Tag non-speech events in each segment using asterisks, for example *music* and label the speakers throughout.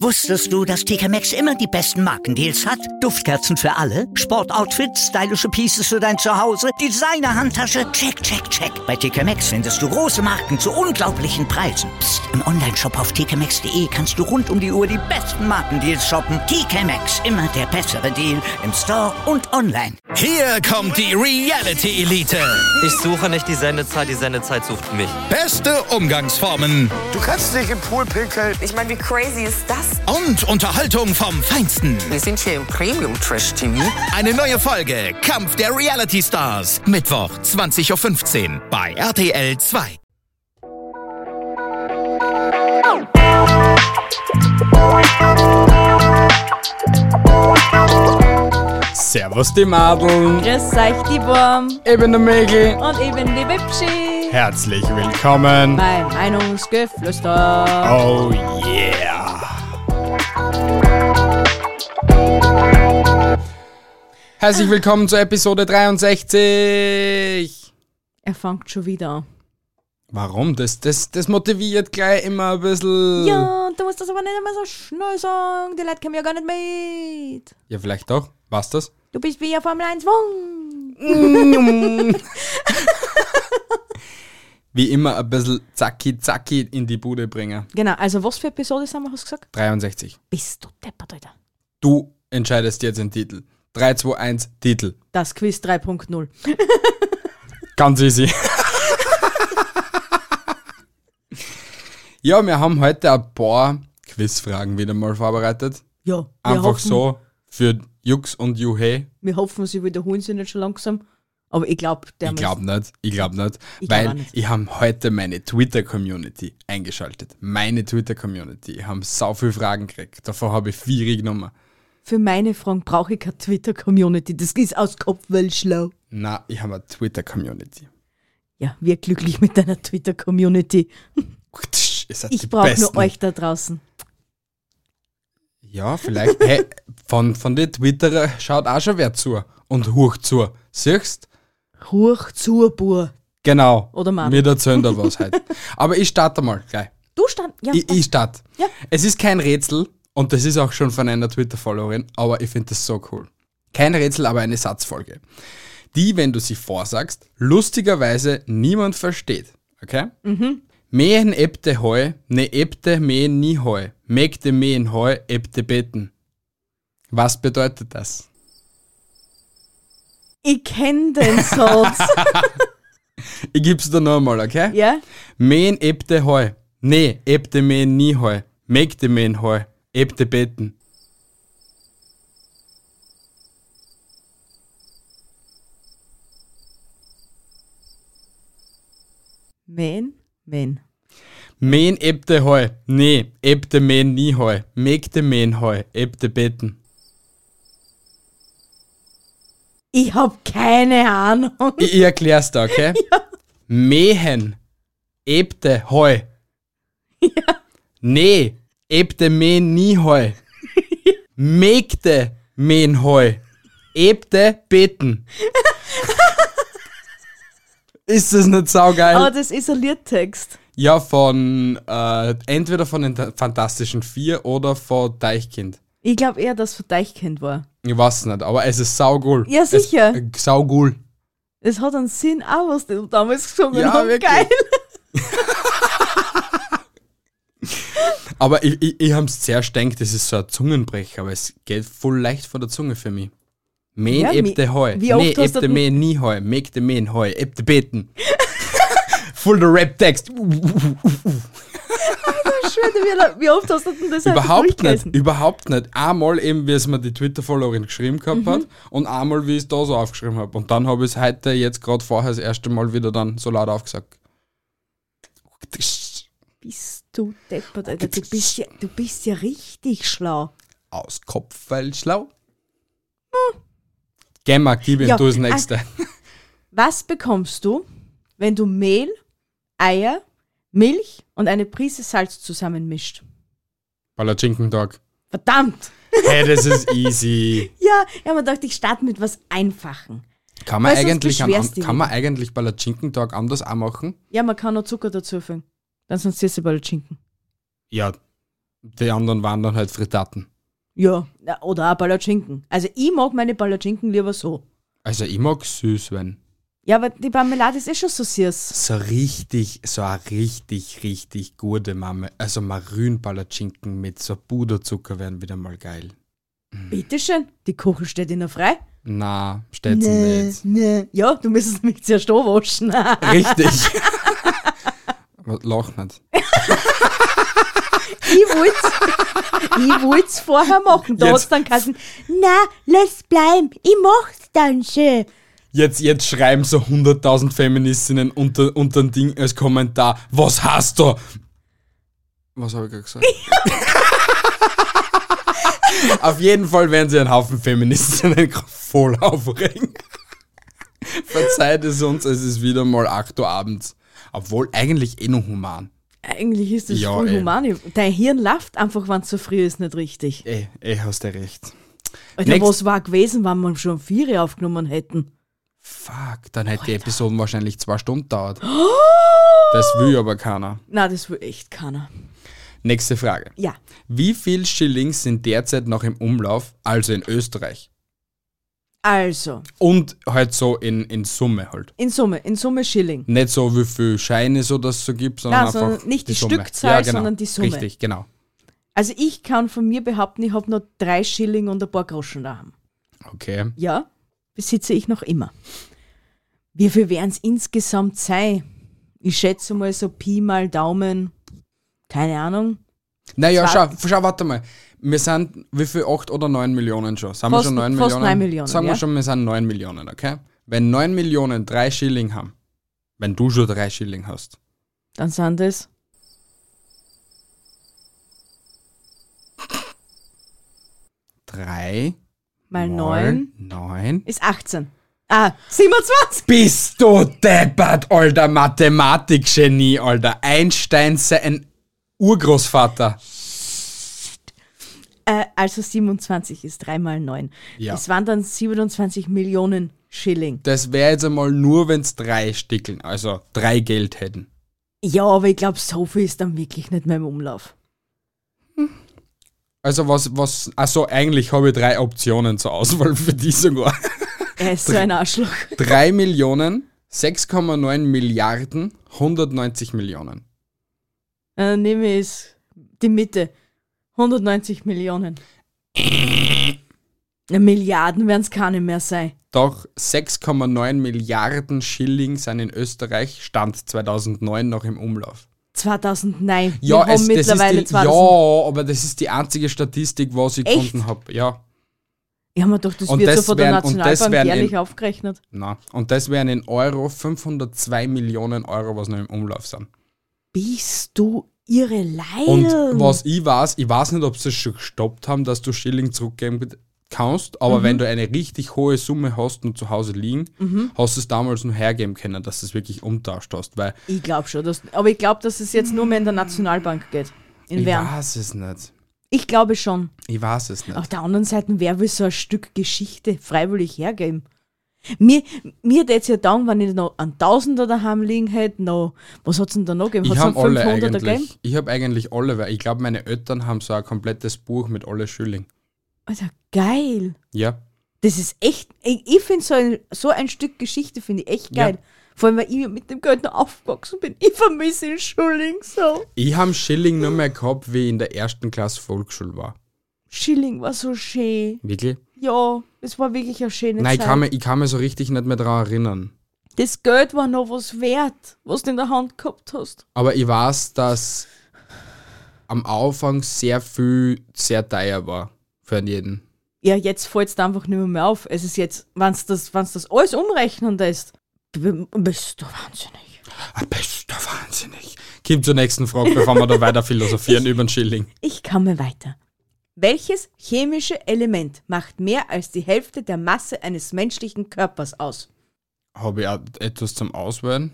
Speaker 1: Wusstest du, dass TK Maxx immer die besten Markendeals hat? Duftkerzen für alle, Sportoutfits, stylische Pieces für dein Zuhause, Designer-Handtasche, check, check, check. Bei TK Maxx findest du große Marken zu unglaublichen Preisen. Psst. im Onlineshop auf tkmaxx.de kannst du rund um die Uhr die besten Markendeals shoppen. TK Maxx, immer der bessere Deal im Store und online.
Speaker 2: Hier kommt die Reality Elite.
Speaker 3: Ich suche nicht die Sendezeit, die Sendezeit sucht mich.
Speaker 2: Beste Umgangsformen
Speaker 4: Du kannst dich im Pool pinkeln.
Speaker 5: Ich meine, wie crazy ist das?
Speaker 2: und Unterhaltung vom Feinsten.
Speaker 5: Wir sind hier im Premium Trash TV.
Speaker 2: Eine neue Folge Kampf der Reality Stars. Mittwoch, 20.15 Uhr bei RTL 2.
Speaker 6: Servus die Madeln,
Speaker 7: Grüß euch, die Wurm
Speaker 6: ich bin der Mägel.
Speaker 7: und eben die Bibschi.
Speaker 6: Herzlich willkommen.
Speaker 7: Mein Meinungsgeflüster.
Speaker 6: Oh yeah. Herzlich willkommen zur Episode 63.
Speaker 7: Er fängt schon wieder an.
Speaker 6: Warum? Das, das, das motiviert gleich immer ein bisschen.
Speaker 7: Ja, du musst das aber nicht immer so schnell sagen. Die Leute kommen ja gar nicht mit.
Speaker 6: Ja, vielleicht doch. Was das? *laughs*
Speaker 7: Du bist wie ein Formel 1 Wong.
Speaker 6: Wie immer ein bisschen zacki zacki in die Bude bringen.
Speaker 7: Genau, also was für Episode haben wir hast du gesagt?
Speaker 6: 63.
Speaker 7: Bist du deppert, Alter.
Speaker 6: Du entscheidest jetzt den Titel. 3, 2, 1, Titel.
Speaker 7: Das Quiz 3.0.
Speaker 6: Ganz easy. ja, wir haben heute ein paar Quizfragen wieder mal vorbereitet.
Speaker 7: Ja, wir
Speaker 6: Einfach
Speaker 7: hoffen,
Speaker 6: so für Jux und Juhe.
Speaker 7: Wir hoffen, sie wiederholen sich nicht schon langsam. Aber ich glaube, der
Speaker 6: Ich glaube nicht, ich glaube nicht,
Speaker 7: Ich glaub
Speaker 6: weil
Speaker 7: auch nicht.
Speaker 6: ich habe heute meine Twitter-Community eingeschaltet. Meine Twitter-Community. Ich habe so viele Fragen gekriegt. Davon habe ich vier genommen.
Speaker 7: Für meine Fragen brauche ich keine Twitter-Community. Das ist aus Kopfwell schlau.
Speaker 6: Na, ich habe eine Twitter-Community.
Speaker 7: Ja, wir glücklich mit deiner Twitter-Community.
Speaker 6: Ihr seid die
Speaker 7: Ich brauche nur
Speaker 6: Besten.
Speaker 7: euch da draußen.
Speaker 6: Ja, vielleicht. hey, von, von den Twitterer schaut auch schon wer zu und hoch zu. Siehst?
Speaker 7: Huch zur Bur.
Speaker 6: Genau.
Speaker 7: Oder Mann.
Speaker 6: Mir erzählen da was heute. Aber ich starte mal gleich.
Speaker 7: Du stand. Ja,
Speaker 6: Ich, ich starte.
Speaker 7: Ja.
Speaker 6: Es ist kein Rätsel und das ist auch schon von einer Twitter-Followerin, aber ich finde das so cool. Kein Rätsel, aber eine Satzfolge. Die, wenn du sie vorsagst, lustigerweise niemand versteht. Okay? Mhm. Mehen ebte heu, ne ebte mehen nie heu. Mägde mehen heu, ebte beten. Was bedeutet das?
Speaker 7: ich kenne
Speaker 6: *laughs*
Speaker 7: den Satz.
Speaker 6: Ich gib's dir nochmal, okay?
Speaker 7: ja?
Speaker 6: Mähen ebte heu. Nee, ebte mähen nie heu. Mägde mähen heu. Ebte beten.
Speaker 7: Men, men.
Speaker 6: Mähen ebte heu. Nee, ebte mähen nie heu. Mägde mähen heu. Ebte beten.
Speaker 7: Ich hab keine Ahnung.
Speaker 6: Ich, ich erklär's dir, okay? Mähen. Ebte heu. Nee, ebte mähen nie heu. Mägde mähen heu. Ebte beten. Ist das nicht saugeil?
Speaker 7: Aber Oh, das ist ein Liedtext.
Speaker 6: Ja, von äh, entweder von den Ta- Fantastischen Vier oder von Deichkind.
Speaker 7: Ich glaube eher, dass von Deichkind war.
Speaker 6: Ich weiß nicht, aber es ist saugul.
Speaker 7: Ja, sicher.
Speaker 6: Es, äh, saugul.
Speaker 7: Es hat einen Sinn auch, was die damals gesungen
Speaker 6: Ja,
Speaker 7: haben.
Speaker 6: wirklich.
Speaker 7: Geil.
Speaker 6: *laughs* Aber ich, ich, ich hab's zuerst gedacht, das ist so ein Zungenbrecher, aber es geht voll leicht von der Zunge für mich. Mähen
Speaker 7: Ja,
Speaker 6: ebte
Speaker 7: mi-
Speaker 6: heu. Nee,
Speaker 7: wie oft hast du
Speaker 6: ebte
Speaker 7: denn-
Speaker 6: mähen nie heu. Mägde mähen heu. Ebte
Speaker 7: *laughs*
Speaker 6: beten. Voll der Rap-Text.
Speaker 7: Schön, wie, wie oft hast du denn das
Speaker 6: Überhaupt nicht,
Speaker 7: durchgelesen?
Speaker 6: überhaupt nicht. Einmal eben, wie es mir die Twitter-Followerin geschrieben gehabt
Speaker 7: Mhm.
Speaker 6: hat und einmal, wie ich es da so aufgeschrieben habe. Und dann habe ich es heute, jetzt gerade vorher, das erste Mal wieder dann so laut aufgesagt.
Speaker 7: Bist du deppert, Alter. Du bist ja, du bist ja richtig schlau.
Speaker 6: Aus Kopf, weil schlau. Geh mal, gib ihm
Speaker 7: Ah. Ja,
Speaker 6: du das
Speaker 7: ah.
Speaker 6: Nächste.
Speaker 7: Was bekommst du, wenn du Mehl, Eier, Milch und eine Prise Salz zusammenmischt?
Speaker 6: Weil er Chinken Dog.
Speaker 7: Verdammt!
Speaker 6: Hey, das ist easy.
Speaker 7: Ja, ich habe mir gedacht, ich starte mit was Einfachen.
Speaker 6: Kann man,
Speaker 7: Weil sonst
Speaker 6: eigentlich, an,
Speaker 7: beschwerst du dich
Speaker 6: kann man eigentlich bei der Chinken Dog anders auch machen?
Speaker 7: Ja, man kann noch Zucker dazu füllen. Dann sonst ist sie bei der Schinken.
Speaker 6: Ja, Die anderen waren dann halt Frittaten.
Speaker 7: Ja, na, oder auch Palatschinken. Also ich mag meine Palatschinken lieber so.
Speaker 6: Also ich mag Süßwein.
Speaker 7: Ja, aber die Marmelade ist eh schon so süß.
Speaker 6: So richtig, so eine richtig, richtig gute Mame. Also Marünpalatschinken mit so Puderzucker wären wieder mal geil.
Speaker 7: Bitteschön, die Kuchen steht Ihnen frei.
Speaker 6: Na, steht's nicht.
Speaker 7: nee. Ja, du müsstest mich zuerst anwaschen. *laughs*
Speaker 6: Richtig. Was Lach nicht.
Speaker 7: Ich wollt's, ich wollt's vorher machen. Da
Speaker 6: Jetzt-
Speaker 7: hat's dann geheißen, na, lass bleiben, ich mach's dann schon.
Speaker 6: Jetzt, jetzt schreiben so 100.000 Feministinnen unter, unter ein Ding als Kommentar, was hast du? Was habe ich gerade *laughs* gesagt? Auf jeden Fall werden sie einen Haufen Feministinnen *laughs* voll aufregen. Verzeiht es uns, es ist wieder mal 8 Uhr abends. Obwohl eigentlich eh noch human.
Speaker 7: Eigentlich ist das
Speaker 6: Ja,
Speaker 7: voll
Speaker 6: ey.
Speaker 7: human. Dein Hirn läuft einfach, wenn's so früh ist, nicht richtig.
Speaker 6: Eh, eh hast du recht.
Speaker 7: Alter,
Speaker 6: Next-
Speaker 7: was war gewesen, wenn wir schon vier aufgenommen hätten?
Speaker 6: Fuck, dann hätte die Episode wahrscheinlich zwei Stunden *gasps* dauert. Das will aber keiner.
Speaker 7: Na, das will echt keiner.
Speaker 6: Nächste Frage.
Speaker 7: Ja,
Speaker 6: Wie viel Schillings sind derzeit noch im Umlauf, also in Österreich?
Speaker 7: also,
Speaker 6: Und halt so in, in Summe halt.
Speaker 7: in Summe, in Summe Schilling.
Speaker 6: Nicht so, wie viel Scheine so das so gibt, sondern
Speaker 7: Nein,
Speaker 6: einfach
Speaker 7: sondern nicht die
Speaker 6: Summe.
Speaker 7: Stückzahl, sondern die Summe.
Speaker 6: Richtig, genau.
Speaker 7: Also ich kann von mir behaupten, ich habe noch drei Schilling und ein paar Groschen daheim.
Speaker 6: Okay.
Speaker 7: Ja, besitze ich noch immer. Wie viel werden es insgesamt sein? Ich schätze mal so Pi mal Daumen, keine Ahnung.
Speaker 6: Naja, schau,
Speaker 7: Zwei-
Speaker 6: schau, warte mal. Wir sind, wie viel? 8 oder 9 Millionen schon? Sind wir
Speaker 7: Fast-
Speaker 6: schon 9
Speaker 7: fast
Speaker 6: Millionen?
Speaker 7: neun Millionen,
Speaker 6: Sagen wir
Speaker 7: ja.
Speaker 6: schon, wir sind 9 Millionen, okay? Wenn 9 Millionen 3 Schilling haben, wenn du schon 3 Schilling hast,
Speaker 7: Dann sind es.
Speaker 6: drei
Speaker 7: Mal neun
Speaker 6: 9
Speaker 7: ist 18. Ah, 27!
Speaker 6: Bist du deppert, alter Mathematikgenie, alter Einstein, sein Urgroßvater.
Speaker 7: Äh, also 27 ist 3 mal 9.
Speaker 6: Ja.
Speaker 7: Das waren dann 27 Millionen Schilling.
Speaker 6: Das wäre jetzt einmal nur, wenn's drei Stickeln, also drei Geld hätten.
Speaker 7: Ja, aber ich glaube, so viel ist dann wirklich nicht mehr im Umlauf.
Speaker 6: Also was, was, also eigentlich habe ich drei Optionen zur Auswahl für die sogar.
Speaker 7: Er ist so ein Arschloch.
Speaker 6: Drei Millionen, 6,9 Milliarden, 190 Millionen.
Speaker 7: Dann nehme ich es die Mitte. 190 Millionen. Na, Milliarden werden es keine mehr sein.
Speaker 6: Doch 6,9 Milliarden Schilling sind in Österreich, Stand 2009 noch im Umlauf.
Speaker 7: 2009.
Speaker 6: Ja,
Speaker 7: Wir
Speaker 6: es, das
Speaker 7: haben mittlerweile
Speaker 6: ist die,
Speaker 7: 2000.
Speaker 6: ja, aber das ist die einzige Statistik, was ich
Speaker 7: Echt?
Speaker 6: gefunden habe. Ja,
Speaker 7: Ich habe mir gedacht, das
Speaker 6: Und
Speaker 7: wird so
Speaker 6: das
Speaker 7: von der
Speaker 6: wären- und das
Speaker 7: Nationalbank
Speaker 6: wären in-
Speaker 7: jährlich aufgerechnet.
Speaker 6: na. Und das wären in Euro 502 Millionen Euro, was noch im Umlauf sind.
Speaker 7: Bist du ihre
Speaker 6: Und
Speaker 7: Leiden?
Speaker 6: was ich weiß, ich weiß nicht, ob sie es schon gestoppt haben, dass du Schilling zurückgeben kannst,
Speaker 7: Mhm.
Speaker 6: aber wenn du eine richtig hohe Summe hast und zu Hause liegen,
Speaker 7: Mhm.
Speaker 6: hast du es damals nur hergeben können, dass du es wirklich umtauscht hast, weil
Speaker 7: Ich glaube schon. Dass, aber ich glaube, dass es jetzt nur mehr in der Nationalbank geht. In
Speaker 6: ich
Speaker 7: Wern.
Speaker 6: weiß es nicht.
Speaker 7: Ich glaube schon.
Speaker 6: Ich weiß es nicht.
Speaker 7: Auf der anderen Seite, wer will so ein Stück Geschichte freiwillig hergeben? Mir, mir hätte es ja dann, wenn ich noch einen Tausender daheim liegen hätte, noch, was hat es denn da noch gegeben?
Speaker 6: Ich
Speaker 7: Hat's
Speaker 6: habe
Speaker 7: noch
Speaker 6: alle
Speaker 7: 500er gegeben?
Speaker 6: eigentlich. Ich habe eigentlich alle, weil ich glaube, meine Eltern haben so ein komplettes Buch mit alle Schilling.
Speaker 7: Alter, Also, geil.
Speaker 6: Ja.
Speaker 7: Das ist echt, ich, ich finde so ein, so ein Stück Geschichte finde ich echt geil.
Speaker 6: Ja.
Speaker 7: Vor allem, weil ich mit dem Geld noch aufgewachsen bin. Ich vermisse den Schilling so.
Speaker 6: Ich habe Schilling nur mehr gehabt, wie ich in der ersten Klasse Volksschule war.
Speaker 7: Schilling war so schön.
Speaker 6: Wirklich?
Speaker 7: Ja, es war wirklich eine schöne
Speaker 6: Nein, ich
Speaker 7: Zeit.
Speaker 6: kann, mich, ich kann mich so richtig nicht mehr daran erinnern.
Speaker 7: das Geld war noch was wert, was du in der Hand gehabt hast.
Speaker 6: Aber ich weiß, dass am Anfang sehr viel sehr teuer war für jeden.
Speaker 7: Ja, jetzt fällt es dir einfach nicht mehr, mehr auf. Es ist jetzt, wenn du das, wenn's das alles umrechnen lässt, b- bist du wahnsinnig.
Speaker 6: Ah, bist du wahnsinnig. Kim zur nächsten Frage, bevor wir da
Speaker 7: *laughs*
Speaker 6: weiter philosophieren über den Schilling.
Speaker 7: Ich komme weiter. Welches chemische Element macht mehr als die Hälfte der Masse eines menschlichen Körpers aus?
Speaker 6: Habe ich auch etwas zum Auswählen?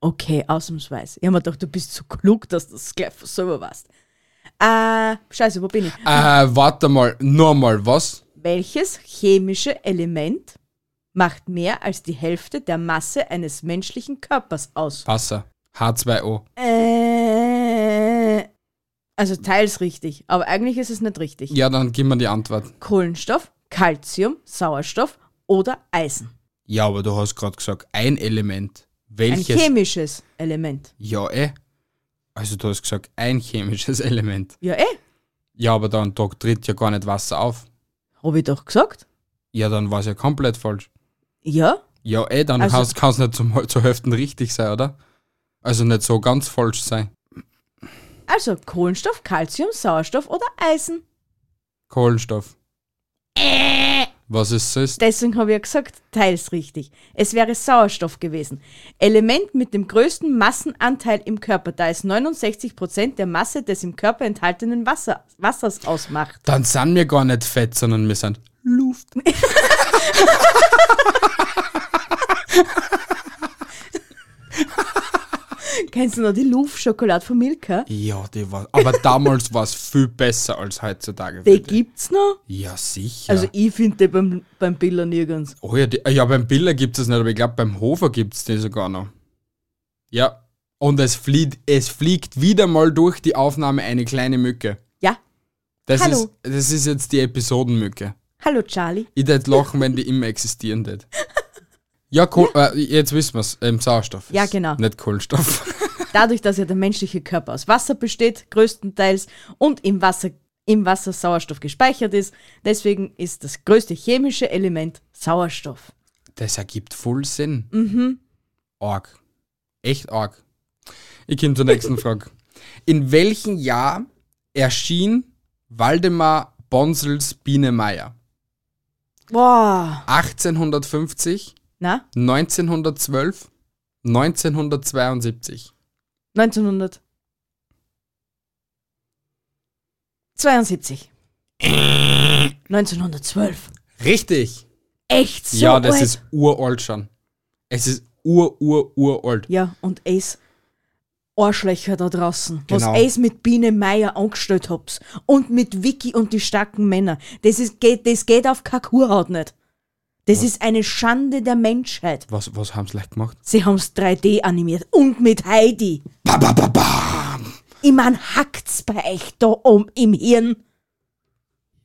Speaker 7: Okay, ausnahmsweise. Ich habe mir gedacht, du bist so klug, dass du das gleich von selber weißt. Äh, scheiße, wo bin ich?
Speaker 6: Äh, warte mal, nur mal, was?
Speaker 7: Welches chemische Element macht mehr als die Hälfte der Masse eines menschlichen Körpers aus?
Speaker 6: Wasser. H2O.
Speaker 7: Äh, Also teils richtig, aber eigentlich ist es nicht richtig.
Speaker 6: Ja, dann gib mir die Antwort.
Speaker 7: Kohlenstoff, Calcium, Sauerstoff oder Eisen.
Speaker 6: Ja, aber du hast gerade gesagt, ein Element.
Speaker 7: Ein
Speaker 6: Welches?
Speaker 7: chemisches Element.
Speaker 6: ja, eh. Also du hast gesagt, ein chemisches *laughs* Element.
Speaker 7: Ja, eh.
Speaker 6: Ja, aber dann da tritt ja gar nicht Wasser auf.
Speaker 7: Habe ich doch gesagt.
Speaker 6: Ja, dann war es ja komplett falsch.
Speaker 7: Ja.
Speaker 6: Ja, eh, dann
Speaker 7: Also-
Speaker 6: also, kann es nicht zum, zur Hälfte richtig sein, oder? Also nicht so ganz falsch sein.
Speaker 7: Also Kohlenstoff, Calcium, Sauerstoff oder Eisen.
Speaker 6: Kohlenstoff.
Speaker 7: Äh.
Speaker 6: Was ist es?
Speaker 7: Deswegen habe ich ja gesagt, teils richtig. Es wäre Sauerstoff gewesen. Element mit dem größten Massenanteil im Körper, da es 69% der Masse des im Körper enthaltenen Wasser, Wassers ausmacht.
Speaker 6: Dann sind wir gar nicht fett, sondern wir sind Luft.
Speaker 7: Kennst du noch die Luft-Schokolade von Milka?
Speaker 6: Ja, die war.
Speaker 7: *laughs*
Speaker 6: Aber damals war es viel besser als heutzutage.
Speaker 7: Die
Speaker 6: würde ich-
Speaker 7: gibt's noch?
Speaker 6: Ja, sicher.
Speaker 7: Also ich finde die beim, beim Biller nirgends.
Speaker 6: oh ja, die, ja, beim Biller gibt es nicht, aber ich glaube, beim Hofer gibt es die sogar noch. Ja. Und es fliegt, es fliegt wieder mal durch die Aufnahme eine kleine Mücke.
Speaker 7: Ja.
Speaker 6: Das,
Speaker 7: Hallo.
Speaker 6: Ist, das ist jetzt die Episodenmücke.
Speaker 7: Hallo Charlie.
Speaker 6: Ich tät lachen, wenn die immer existieren tät. Ja, Kohl, Äh, jetzt wissen wir's. Ähm, Sauerstoff.
Speaker 7: Ja,
Speaker 6: ist,
Speaker 7: genau.
Speaker 6: Nicht Kohlenstoff.
Speaker 7: Dadurch, dass ja der menschliche Körper aus Wasser besteht, größtenteils, und im Wasser, im Wasser Sauerstoff gespeichert ist, deswegen ist das größte chemische Element Sauerstoff.
Speaker 6: Das ergibt voll Sinn. Mhm. Arg. Echt arg. Ich komme zur nächsten Frage. In welchem Jahr erschien Waldemar Bonsels Biene Meier?
Speaker 7: Boah.
Speaker 6: 1850,
Speaker 7: Na?
Speaker 6: 1912, 1972.
Speaker 7: 1972.
Speaker 6: *laughs*
Speaker 7: 1912.
Speaker 6: Richtig.
Speaker 7: Echt so
Speaker 6: ja, das
Speaker 7: alt?
Speaker 6: ist uralt schon. Es ist ur, ur, uralt.
Speaker 7: Ja, und es Arschlöcher da draußen,
Speaker 6: Genau.
Speaker 7: was es mit Biene Meier angestellt habt und mit Vicky und die starken Männer. Das, ist, geht, das geht auf Kakurhaut nicht. Das ist eine Schande der Menschheit.
Speaker 6: Was, was haben sie leicht gemacht?
Speaker 7: Sie haben's 3D animiert und mit Heidi.
Speaker 6: Ba, ba, ba, bam.
Speaker 7: Ich mein, hackt's bei euch da um im Hirn.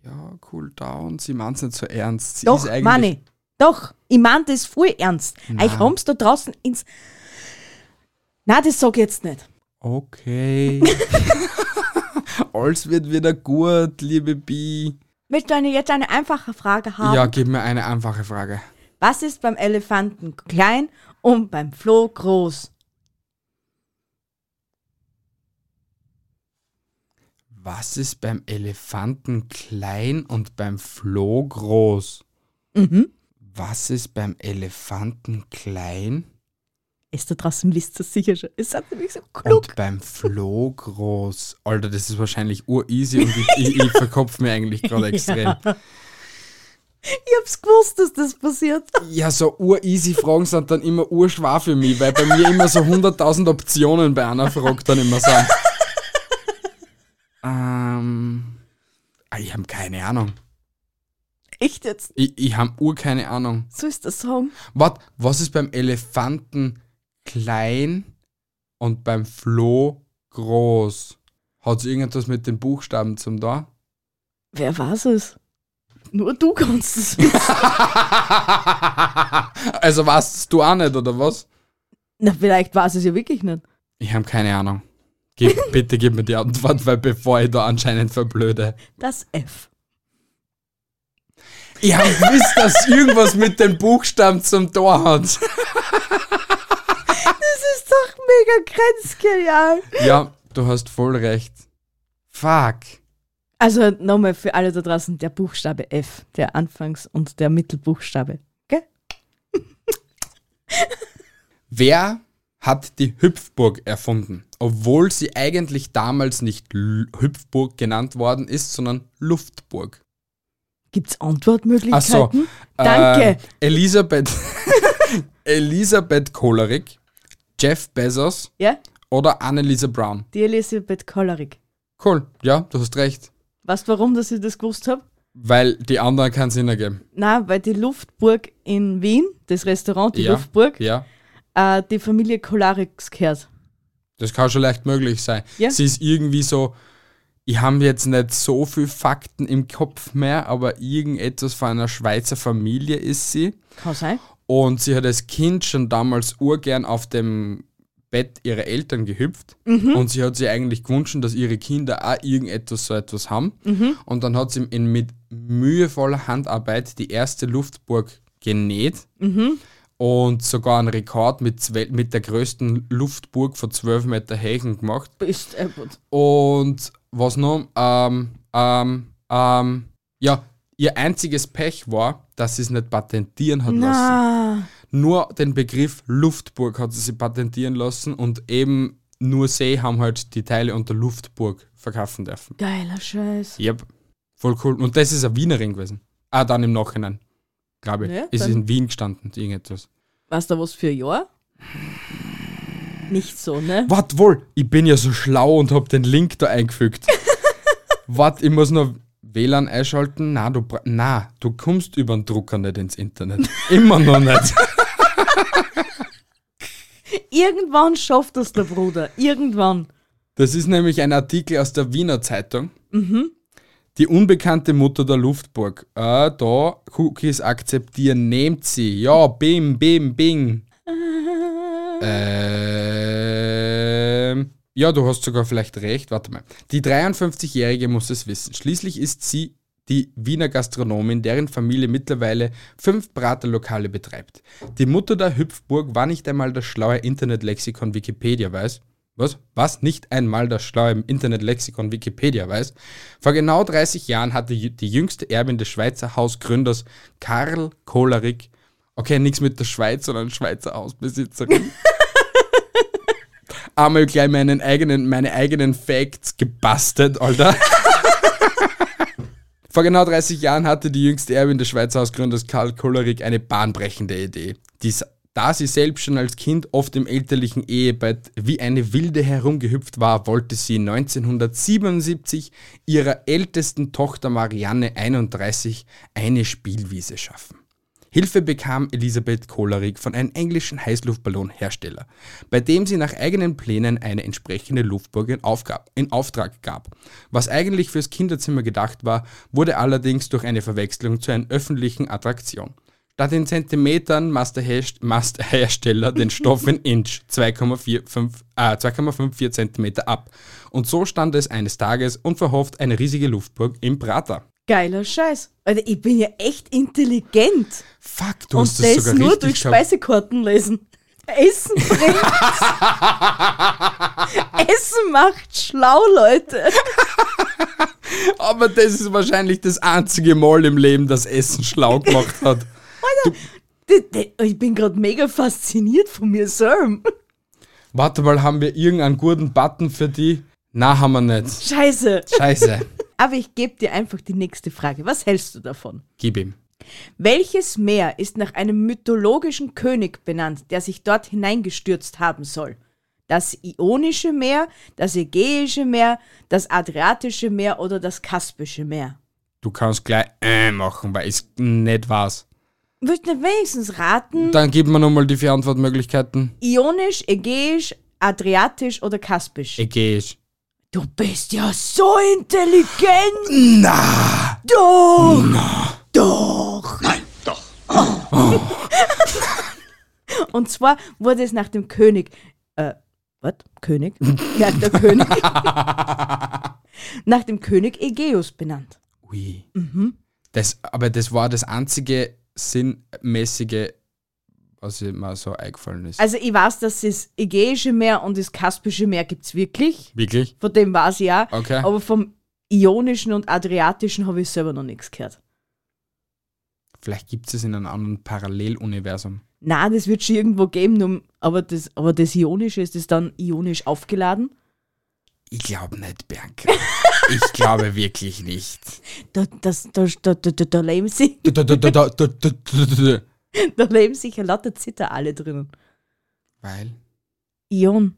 Speaker 6: Ja, cool down. Sie meint's nicht so ernst. Sie
Speaker 7: Doch,
Speaker 6: ist eigentlich,
Speaker 7: Manni, doch, ich mein das voll ernst. Euch haben's da draußen ins... Na, das sag ich jetzt nicht.
Speaker 6: Okay. *laughs* Alles wird wieder gut, liebe Bi.
Speaker 7: Willst du eine, jetzt eine einfache Frage haben?
Speaker 6: Ja, gib mir eine einfache Frage.
Speaker 7: Was ist beim Elefanten klein und beim Floh groß?
Speaker 6: Was ist beim Elefanten klein und beim Floh groß? Was ist beim Elefanten klein
Speaker 7: Ist da draußen, wisst ihr sicher schon. Es hat nämlich so
Speaker 6: und
Speaker 7: klug.
Speaker 6: beim Floh groß? Alter, das ist wahrscheinlich ureasy und ich, ich, ich verkopf mir eigentlich gerade extrem.
Speaker 7: Ich hab's gewusst, dass das passiert. *laughs*
Speaker 6: Ja, so ureasy Fragen sind dann immer urschwer für mich, weil bei mir immer so 100.000 Optionen bei einer Frage dann immer sind. ähm, ah, ich habe keine Ahnung.
Speaker 7: Echt jetzt?
Speaker 6: Ich, ich habe ur keine Ahnung.
Speaker 7: So ist das Song.
Speaker 6: Wat, was ist beim Elefanten klein und beim Floh groß? Hat es irgendwas mit den Buchstaben zum da? *laughs*
Speaker 7: Wer war's es? Nur du kannst es wissen.
Speaker 6: also weißt du auch nicht, oder was?
Speaker 7: *laughs* Na, vielleicht war's es ja wirklich nicht.
Speaker 6: Ich habe keine Ahnung. Gib, bitte gib mir die Antwort, weil bevor ich da anscheinend verblöde.
Speaker 7: Das F.
Speaker 6: Ich hab gewusst, dass irgendwas mit den Buchstaben zum Tor hat.
Speaker 7: Das ist doch mega grenzgenial.
Speaker 6: Ja, du hast voll recht. Fuck.
Speaker 7: Also nochmal für alle da draußen, der Buchstabe F, der Anfangs- und der Mittelbuchstabe. Gell?
Speaker 6: Wer hat die Hüpfburg erfunden? Obwohl sie eigentlich damals nicht L Hüpfburg genannt worden ist, sondern Luftburg.
Speaker 7: Gibt's
Speaker 6: Ach so.
Speaker 7: Antwortmöglichkeiten? Danke.
Speaker 6: Äh, Elisabeth, *laughs* Elisabeth Kolerik, Jeff Bezos
Speaker 7: Ja?
Speaker 6: oder Anneliese Brown.
Speaker 7: Die Elisabeth Kollerig.
Speaker 6: Cool, ja, du hast recht.
Speaker 7: Weißt du, warum dass ich das gewusst habe?
Speaker 6: Weil die anderen keinen Sinn ergeben.
Speaker 7: Nein, weil die Luftburg in Wien, das Restaurant, die
Speaker 6: ja,
Speaker 7: Luftburg,
Speaker 6: Ja,
Speaker 7: äh, die Familie Kolariks gehört.
Speaker 6: das kann schon leicht möglich sein.
Speaker 7: Ja.
Speaker 6: Sie ist irgendwie so Ich habe jetzt nicht so viel Fakten im Kopf mehr, aber irgendetwas von einer Schweizer Familie ist sie.
Speaker 7: Kann sein.
Speaker 6: Und sie hat als Kind schon damals urgern auf dem Bett ihrer Eltern gehüpft und sie hat sich eigentlich gewünscht, dass ihre Kinder auch irgendetwas so etwas haben. Und dann hat sie in, mit mühevoller Handarbeit die erste Luftburg genäht und sogar einen Rekord mit, zwe- mit der größten Luftburg von 12 Meter Hächen gemacht.
Speaker 7: Ist, äh, gut.
Speaker 6: Und was noch? Ähm, ähm, ähm, ja, ihr einziges Pech war, dass sie es nicht patentieren hat lassen.
Speaker 7: Na,
Speaker 6: Nur den Begriff Luftburg hat sie sich patentieren lassen und eben nur sie haben halt die Teile unter Luftburg verkaufen dürfen.
Speaker 7: geiler Scheiß.
Speaker 6: Yep. Voll cool. Und das ist eine Wienerin gewesen. Ah, dann im Nachhinein. Glaube ich.
Speaker 7: Ja,
Speaker 6: ist
Speaker 7: dann-
Speaker 6: in Wien gestanden, irgendetwas.
Speaker 7: Weißt du was für ein Jahr? Nicht so, ne?
Speaker 6: Wart wohl, ich bin ja so schlau und hab den Link da eingefügt.
Speaker 7: *laughs*
Speaker 6: Wart, ich muss noch WLAN einschalten. Na, du, bra- na, du kommst über den Drucker nicht ins Internet. Immer noch
Speaker 7: *laughs*
Speaker 6: nicht.
Speaker 7: Irgendwann schafft das der Bruder. Irgendwann.
Speaker 6: Das ist nämlich ein Artikel aus der Wiener Zeitung. Die unbekannte Mutter der Luftburg. Äh, da, Cookies akzeptieren, nehmt sie. Ja, bim, bim, bing. Ähm, ja, du hast sogar vielleicht recht. Warte mal. Die 53-Jährige muss es wissen. Schließlich ist sie die Wiener Gastronomin, deren Familie mittlerweile fünf Braterlokale betreibt. Die Mutter der Hüpfburg war nicht einmal das schlaue Internetlexikon Wikipedia weiß. Was? Was nicht einmal das schlaue Internetlexikon Wikipedia weiß. Vor genau 30 Jahren hatte jü- die jüngste Erbin des Schweizer Hausgründers Karl Kohlerick, okay, nichts mit der Schweiz, sondern Schweizer Hausbesitzerin, einmal gleich meinen eigenen, meine eigenen Facts gebastelt, Alter. Vor genau 30 Jahren hatte die jüngste Erbin des Schweizer Hausgründers Karl Kollerick eine bahnbrechende Idee. Die, s- da sie selbst schon als Kind oft im elterlichen Ehebett wie eine Wilde herumgehüpft war, wollte sie 1977 ihrer ältesten Tochter Marianne 31 eine Spielwiese schaffen. Hilfe bekam Elisabeth Kollerick von einem englischen Heißluftballonhersteller, bei dem sie nach eigenen Plänen eine entsprechende Luftburg in, Aufgab, in Auftrag gab. Was eigentlich fürs Kinderzimmer gedacht war, wurde allerdings durch eine Verwechslung zu einer öffentlichen Attraktion. Statt in Zentimetern maß der Herst- maß der Hersteller den Stoff in Inch 2,45 äh, 2,54 Zentimeter ab. Und so stand es eines Tages unverhofft eine riesige Luftburg im Prater.
Speaker 7: Geiler Scheiß. Alter, ich bin ja echt intelligent.
Speaker 6: Fuck, du hast
Speaker 7: und
Speaker 6: das
Speaker 7: das
Speaker 6: sogar
Speaker 7: nur
Speaker 6: richtig
Speaker 7: durch
Speaker 6: gehabt.
Speaker 7: Speisekarten lesen. Essen
Speaker 6: *laughs*
Speaker 7: bringt. Essen macht schlau, Leute.
Speaker 6: Aber das ist wahrscheinlich das einzige Mal im Leben, das Essen schlau gemacht hat.
Speaker 7: D- d- Ich bin gerade mega fasziniert von mir selbst.
Speaker 6: *laughs* Warte mal, haben wir irgendeinen guten Button für die? Na, haben wir nicht.
Speaker 7: Scheiße.
Speaker 6: Scheiße. *laughs*
Speaker 7: Aber ich gebe dir einfach die nächste Frage. Was hältst du davon?
Speaker 6: Gib ihm.
Speaker 7: Welches Meer ist nach einem mythologischen König benannt, der sich dort hineingestürzt haben soll? Das Ionische Meer, das Ägäische Meer, das Adriatische Meer oder das Kaspische Meer?
Speaker 6: Du kannst gleich äh machen, weil es nicht was.
Speaker 7: Würdest du nicht wenigstens raten?
Speaker 6: Dann gib mir nochmal die vier Antwortmöglichkeiten.
Speaker 7: Ionisch, Ägäisch, Adriatisch oder Kaspisch?
Speaker 6: Ägäisch.
Speaker 7: du bist ja so intelligent! Na! Doch! Doch! Nein, doch! Und zwar wurde es nach dem König. Äh, was? König? nach der König. nach dem König Ägäus benannt.
Speaker 6: Ui. Das, aber das war das einzige sinnmäßige, was mir so eingefallen ist.
Speaker 7: Also, ich weiß, dass das Ägäische Meer und das Kaspische Meer gibt's wirklich.
Speaker 6: Wirklich?
Speaker 7: Von dem weiß ich auch.
Speaker 6: Okay.
Speaker 7: Aber vom Ionischen und Adriatischen habe ich selber noch nichts gehört.
Speaker 6: Vielleicht gibt es es in einem anderen Paralleluniversum.
Speaker 7: Na, das wird schon irgendwo geben, nur, aber, das, aber das Ionische ist das dann ionisch aufgeladen?
Speaker 6: Ich glaube nicht, Bianca. ich glaube wirklich nicht.
Speaker 7: Da, das, da, da, da, da, da, leben sich,
Speaker 6: *laughs*
Speaker 7: *laughs*
Speaker 6: Da, da, da, da, da, da, da, da, da.
Speaker 7: da leben sich ja lauter Zitter alle drinnen.
Speaker 6: Weil.
Speaker 7: Ion.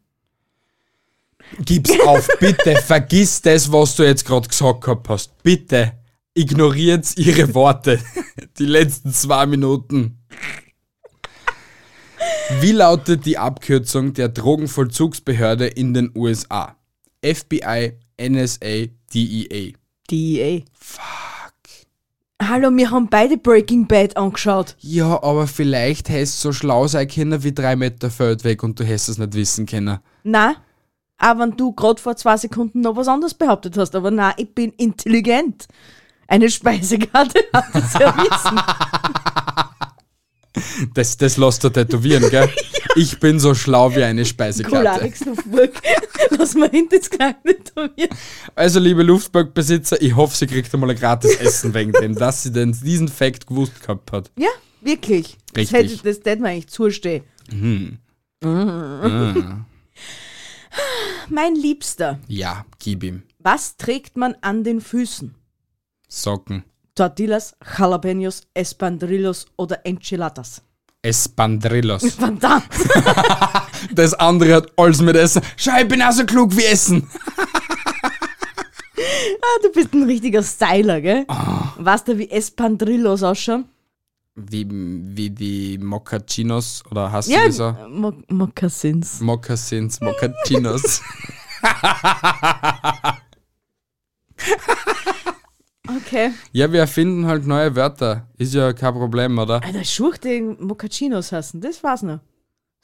Speaker 6: Gib's auf, bitte. Vergiss das, was du jetzt gerade gesagt gehabt hast. Bitte. Ignoriert ihre Worte. *laughs* Die letzten zwei Minuten. Wie lautet die Abkürzung der Drogenvollzugsbehörde in den USA? FBI, NSA, DEA.
Speaker 7: DEA. Fuck. E Hallo, wir haben beide Breaking Bad angeschaut.
Speaker 6: Ja, aber vielleicht hast du so schlau sein können wie drei Meter Feld weg und du hättest es nicht wissen können.
Speaker 7: Na, auch wenn du gerade vor zwei Sekunden noch was anderes behauptet hast, aber na, ich bin intelligent. Eine Speisekarte *laughs* hat das ja wissen.
Speaker 6: Das, das lässt du tätowieren,
Speaker 7: *laughs*
Speaker 6: gell? Ich bin so schlau wie eine
Speaker 7: Cool,
Speaker 6: Speisekarte.
Speaker 7: Alex Luftburg. Lass mal hinter das Kleine tun.
Speaker 6: Also, liebe Luftburg-Besitzer, ich hoffe, sie kriegt einmal ein gratis Essen wegen dem, dass sie denn diesen Fact gewusst gehabt hat.
Speaker 7: Ja, wirklich. Das
Speaker 6: Richtig.
Speaker 7: hätte, das hätte man eigentlich zustehen. Mhm. mein Liebster,
Speaker 6: Ja, gib ihm.
Speaker 7: was trägt man an den Füßen?
Speaker 6: Socken.
Speaker 7: Tortillas, Jalapenos, Espandrillos oder Enchiladas?
Speaker 6: Espandrillos.
Speaker 7: Verdammt! *laughs*
Speaker 6: Das andere hat alles mit Essen. Schau, ich bin auch so klug wie Essen.
Speaker 7: Ah, du bist ein richtiger Styler, gell?
Speaker 6: Ah.
Speaker 7: Weißt du, wie Espandrillos ausschauen?
Speaker 6: Wie, wie die Moccacinos oder hast
Speaker 7: Ja,
Speaker 6: du die so?
Speaker 7: Mo Mokassins.
Speaker 6: Moccasins,
Speaker 7: *laughs*
Speaker 6: Moccacinos.
Speaker 7: Okay.
Speaker 6: ja, wir erfinden halt neue Wörter. Ist ja kein Problem, oder?
Speaker 7: Alter, Schuch, den Mokacinos hassen, das war's noch.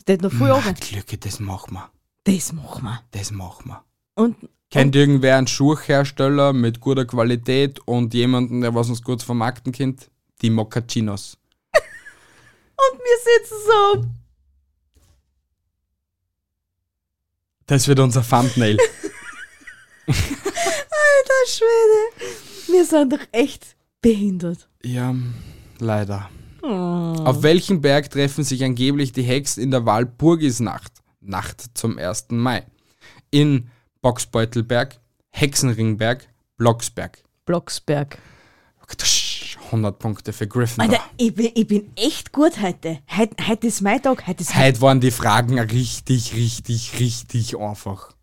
Speaker 7: Das noch
Speaker 6: Hm.
Speaker 7: früh oben.
Speaker 6: Glücke, das machen wir.
Speaker 7: Das machen wir.
Speaker 6: Das machen wir.
Speaker 7: Und
Speaker 6: Kennt irgendwer einen Schuhhersteller mit guter Qualität und jemanden, der was uns gut vermarkten kennt? Die Moccacinos.
Speaker 7: Und wir sitzen so.
Speaker 6: Das wird unser Thumbnail.
Speaker 7: Alter Schwede. Wir sind doch echt behindert.
Speaker 6: *laughs* ja, leider. Auf welchem Berg treffen sich angeblich die Hexen in der Walpurgisnacht? Nacht zum 1. Mai. In Boxbeutelberg, Hexenringberg, Blocksberg.
Speaker 7: Blocksberg.
Speaker 6: 100 Punkte für Gryffindor.
Speaker 7: Alter, ich bin, ich bin echt gut heute. Heute, heute ist mein Tag. Heute ist mein
Speaker 6: Heute waren die Fragen richtig, richtig, richtig einfach.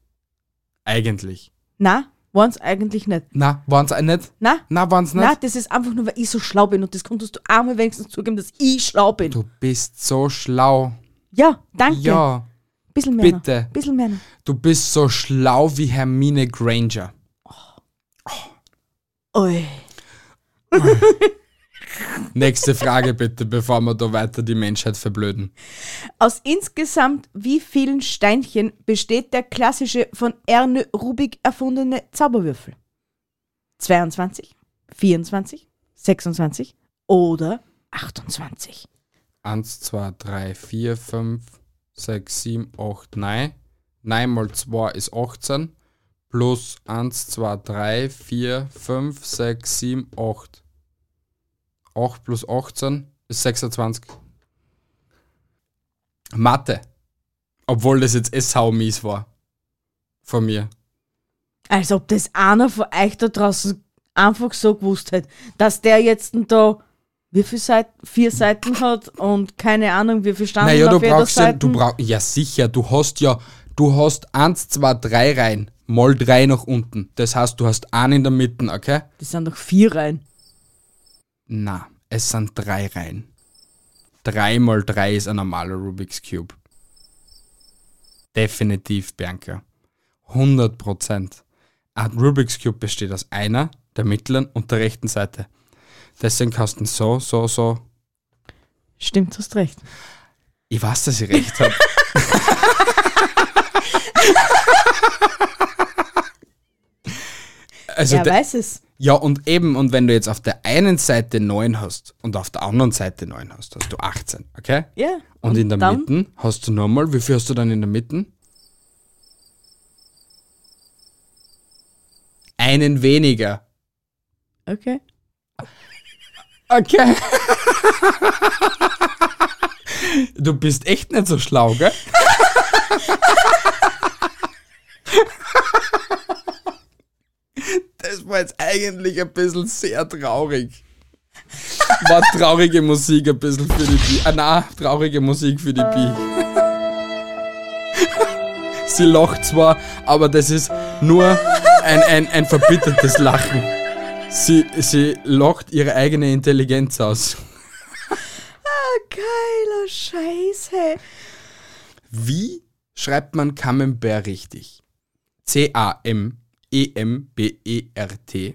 Speaker 6: Eigentlich.
Speaker 7: Na, waren's eigentlich nicht.
Speaker 6: Na, waren's auch nicht?
Speaker 7: Na?
Speaker 6: Na, waren's nicht?
Speaker 7: Na, das ist einfach nur, weil ich so schlau bin und das konntest du einmal wenigstens zugeben, dass ich schlau bin.
Speaker 6: Du bist so schlau.
Speaker 7: Ja, danke.
Speaker 6: Ja,
Speaker 7: Bisschen mehr.
Speaker 6: Bitte.
Speaker 7: Noch. Bisschen mehr. Noch.
Speaker 6: du bist so schlau wie Hermine Granger.
Speaker 7: Oi.
Speaker 6: Nächste Frage bitte, bevor wir da weiter die Menschheit verblöden.
Speaker 7: Aus insgesamt wie vielen Steinchen besteht der klassische von Erne Rubik erfundene Zauberwürfel? 22, 24, 26 oder 28?
Speaker 6: 1, 2, 3, 4, 5, 6, 7, 8, 9. 9 mal 2 ist 18. Plus 1, 2, 3, 4, 5, 6, 7, 8. 8 plus 18 ist 26. Mathe. Obwohl das jetzt eh saumies war. Von mir.
Speaker 7: Als ob das einer von euch da draußen einfach so gewusst hätte, dass der jetzt da wie viele Seiten, vier Seiten hat und keine Ahnung, wie viel Standen
Speaker 6: Naja,
Speaker 7: auf
Speaker 6: du
Speaker 7: jeder
Speaker 6: brauchst ja,
Speaker 7: Seite.
Speaker 6: du brauch, ja sicher, du hast ja, du hast eins, zwei, drei Reihen, mal drei nach unten. Das heißt, du hast einen in der Mitte, okay?
Speaker 7: das sind doch vier rein.
Speaker 6: Na, es sind drei Reihen. Drei mal drei ist ein normaler Rubik's Cube. Definitiv, Bianca. 100 Prozent. Ein Rubik's Cube besteht aus einer, der mittleren und der rechten Seite. Deswegen kannst du ihn so, so, so.
Speaker 7: Stimmt, hast recht.
Speaker 6: Ich weiß, dass ich recht *laughs* habe. Also
Speaker 7: Er
Speaker 6: der-
Speaker 7: weiß es.
Speaker 6: ja, und eben, und wenn du jetzt auf der einen Seite 9 hast und auf der anderen Seite 9 hast, hast du 18, okay?
Speaker 7: Ja.
Speaker 6: Und, in der
Speaker 7: dann?
Speaker 6: Mitte hast du nochmal, wie viel hast du dann in der Mitte? Einen weniger.
Speaker 7: Okay.
Speaker 6: Okay. *laughs* Du bist echt nicht so schlau, gell? *laughs* Das war jetzt eigentlich ein bisschen sehr traurig. *laughs* War traurige Musik ein bisschen für die Bi. Ah, nein, traurige Musik für die Bi. *laughs* Sie lacht zwar, aber das ist nur ein, ein, ein verbittertes Lachen. Sie, sie lacht ihre eigene Intelligenz aus.
Speaker 7: Ah, Geiler Scheiße.
Speaker 6: Wie schreibt man Camembert richtig? C-A-M E E-M-B-E-R-T, E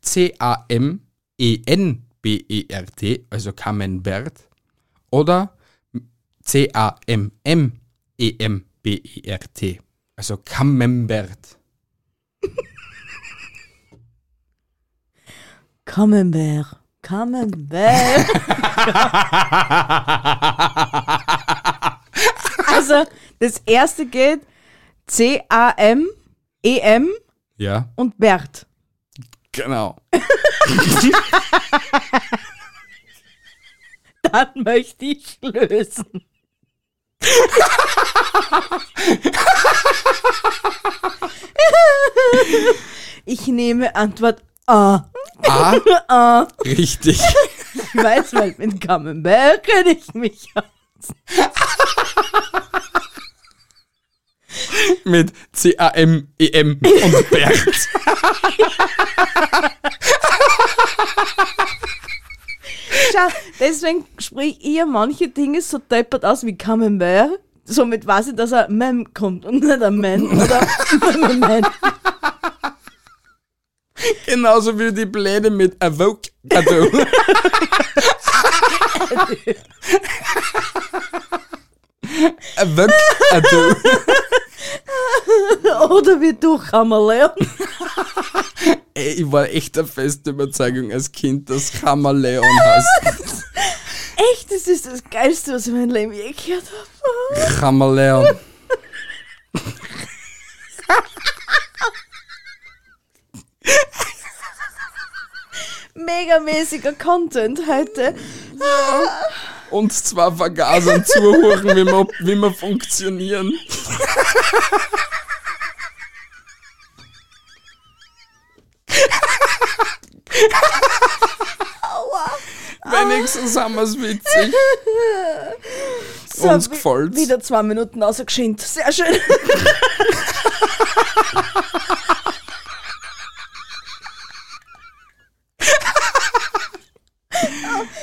Speaker 6: C-A-M-E-N-B-E-R-T, also Camembert, oder E C-A-M-M-E-M-B-E-R-T, also Camembert.
Speaker 7: Camembert. Camembert. *laughs* also, das erste geht C-A-M-E-M
Speaker 6: Ja,
Speaker 7: E und Bert.
Speaker 6: genau.
Speaker 7: Dann möchte ich lösen. ich nehme Antwort A.
Speaker 6: A,
Speaker 7: A.
Speaker 6: richtig.
Speaker 7: Ich weiß, weil mit Camembert kenne ich mich aus.
Speaker 6: Mit C-A-M-E-M E und Bert.
Speaker 7: Schau, deswegen sprich ich ja manche Dinge so deppert aus wie Camembert. Somit weiß ich, dass er Mem kommt und nicht ein Man oder Man.
Speaker 6: Genauso wie die Pläne mit Avoke. Also, Avoke. Also,
Speaker 7: Oder wie du Chameleon.
Speaker 6: ey, ich war echt der festen Überzeugung als Kind, dass Chameleon heißt.
Speaker 7: Echt, das ist das Geilste, was ich mein Leben je gehört habe.
Speaker 6: Chameleon.
Speaker 7: Megamäßiger Content heute.
Speaker 6: Und zwar vergasern, zuhören, wie wir, wie wir funktionieren. Wenigstens haben wir es witzig.
Speaker 7: So,
Speaker 6: Uns
Speaker 7: wi-
Speaker 6: gefällt's.
Speaker 7: Wieder zwei Minuten rausgeschint. Sehr
Speaker 6: *laughs*
Speaker 7: schön.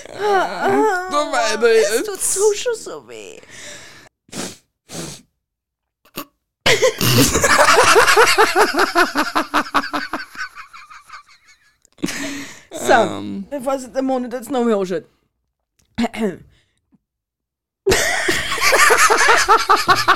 Speaker 6: Du weiter jetzt.
Speaker 7: Tut so schon so weh. *laughs* so,
Speaker 6: Ähm.
Speaker 7: bevor sich der Monat jetzt noch mehr anschaut. *clears throat*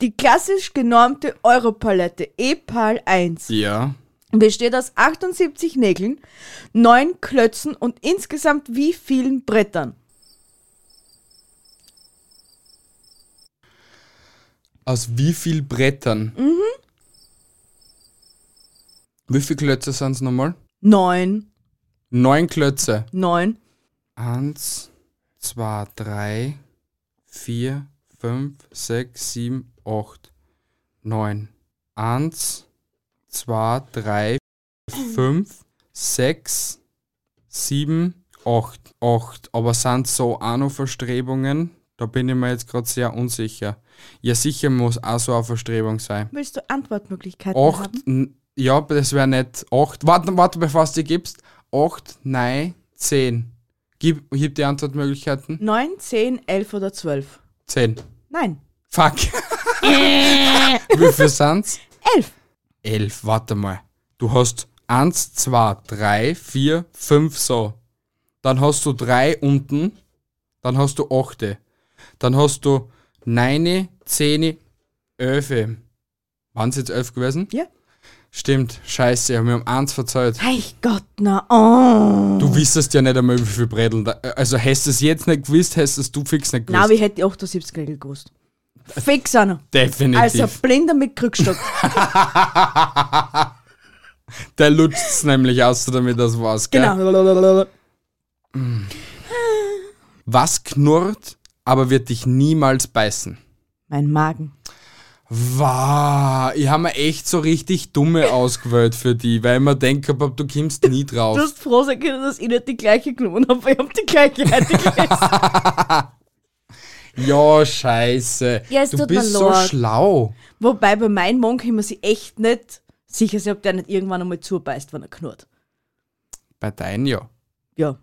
Speaker 7: Die klassisch genormte Europalette E EPAL 1
Speaker 6: Ja.
Speaker 7: besteht aus 78 Nägeln, 9 Klötzen und insgesamt wie vielen Brettern?
Speaker 6: Aus wie viel Brettern? Mhm. Wie viele Klötze sind es nochmal?
Speaker 7: 9,
Speaker 6: Neun Klötze.
Speaker 7: 9,
Speaker 6: Eins, zwei, drei, vier, fünf, sechs, sieben, acht, neun. Eins, zwei, drei, fünf, sechs, sieben, acht. Acht. Aber sind so auch noch Verstrebungen? Da bin ich mir jetzt gerade sehr unsicher. Ja, sicher muss auch so eine Verstrebung sein.
Speaker 7: Willst du Antwortmöglichkeiten
Speaker 6: Acht,
Speaker 7: haben?
Speaker 6: n- ja, das wäre nett. Acht, warte, warte, bevor du die gibst. Acht, nein, zehn. Gib, gib die Antwortmöglichkeiten.
Speaker 7: 9, 10, 11 oder 12?
Speaker 6: Zehn.
Speaker 7: Nein,
Speaker 6: Fuck. Wie viel sind's?
Speaker 7: 11.
Speaker 6: Elf, warte mal. Du hast eins, zwei, drei, vier, fünf so. Dann hast du drei unten. Dann hast du achte. Dann hast du neune, zehn, elfe. Waren's jetzt elf gewesen?
Speaker 7: Ja.
Speaker 6: Stimmt, scheiße, wir haben eins verzeiht.
Speaker 7: Eich Gott, na oh.
Speaker 6: Du wissest ja nicht einmal, wie viel Bredeln da. Also hättest du es jetzt nicht gewusst, hättest es du fix nicht gewusst.
Speaker 7: Na, ich hätte die 78 Regel gewusst. Fix einer.
Speaker 6: Äh. Definitiv.
Speaker 7: Also Blinder mit Krückstock.
Speaker 6: *laughs* Der lutscht es nämlich aus, damit das war's, gell? *laughs*
Speaker 7: genau.
Speaker 6: Was knurrt, aber wird dich niemals beißen?
Speaker 7: Mein Magen.
Speaker 6: Wow, ich habe mir echt so richtig dumme ausgewählt für die, weil ich mir denke, du kommst nie
Speaker 7: Du
Speaker 6: drauf.
Speaker 7: hast froh sein *laughs* können, dass ich nicht die gleiche genommen habe, weil ich habe die gleiche heute gelesen.
Speaker 6: Ja, scheiße.
Speaker 7: Ja, es
Speaker 6: du
Speaker 7: tut mir
Speaker 6: bist so
Speaker 7: leid.
Speaker 6: schlau.
Speaker 7: Wobei bei meinem Mann kann man sich echt nicht sicher sein, ob der nicht irgendwann einmal zubeißt, wenn er knurrt.
Speaker 6: Bei deinen ja.
Speaker 7: Ja.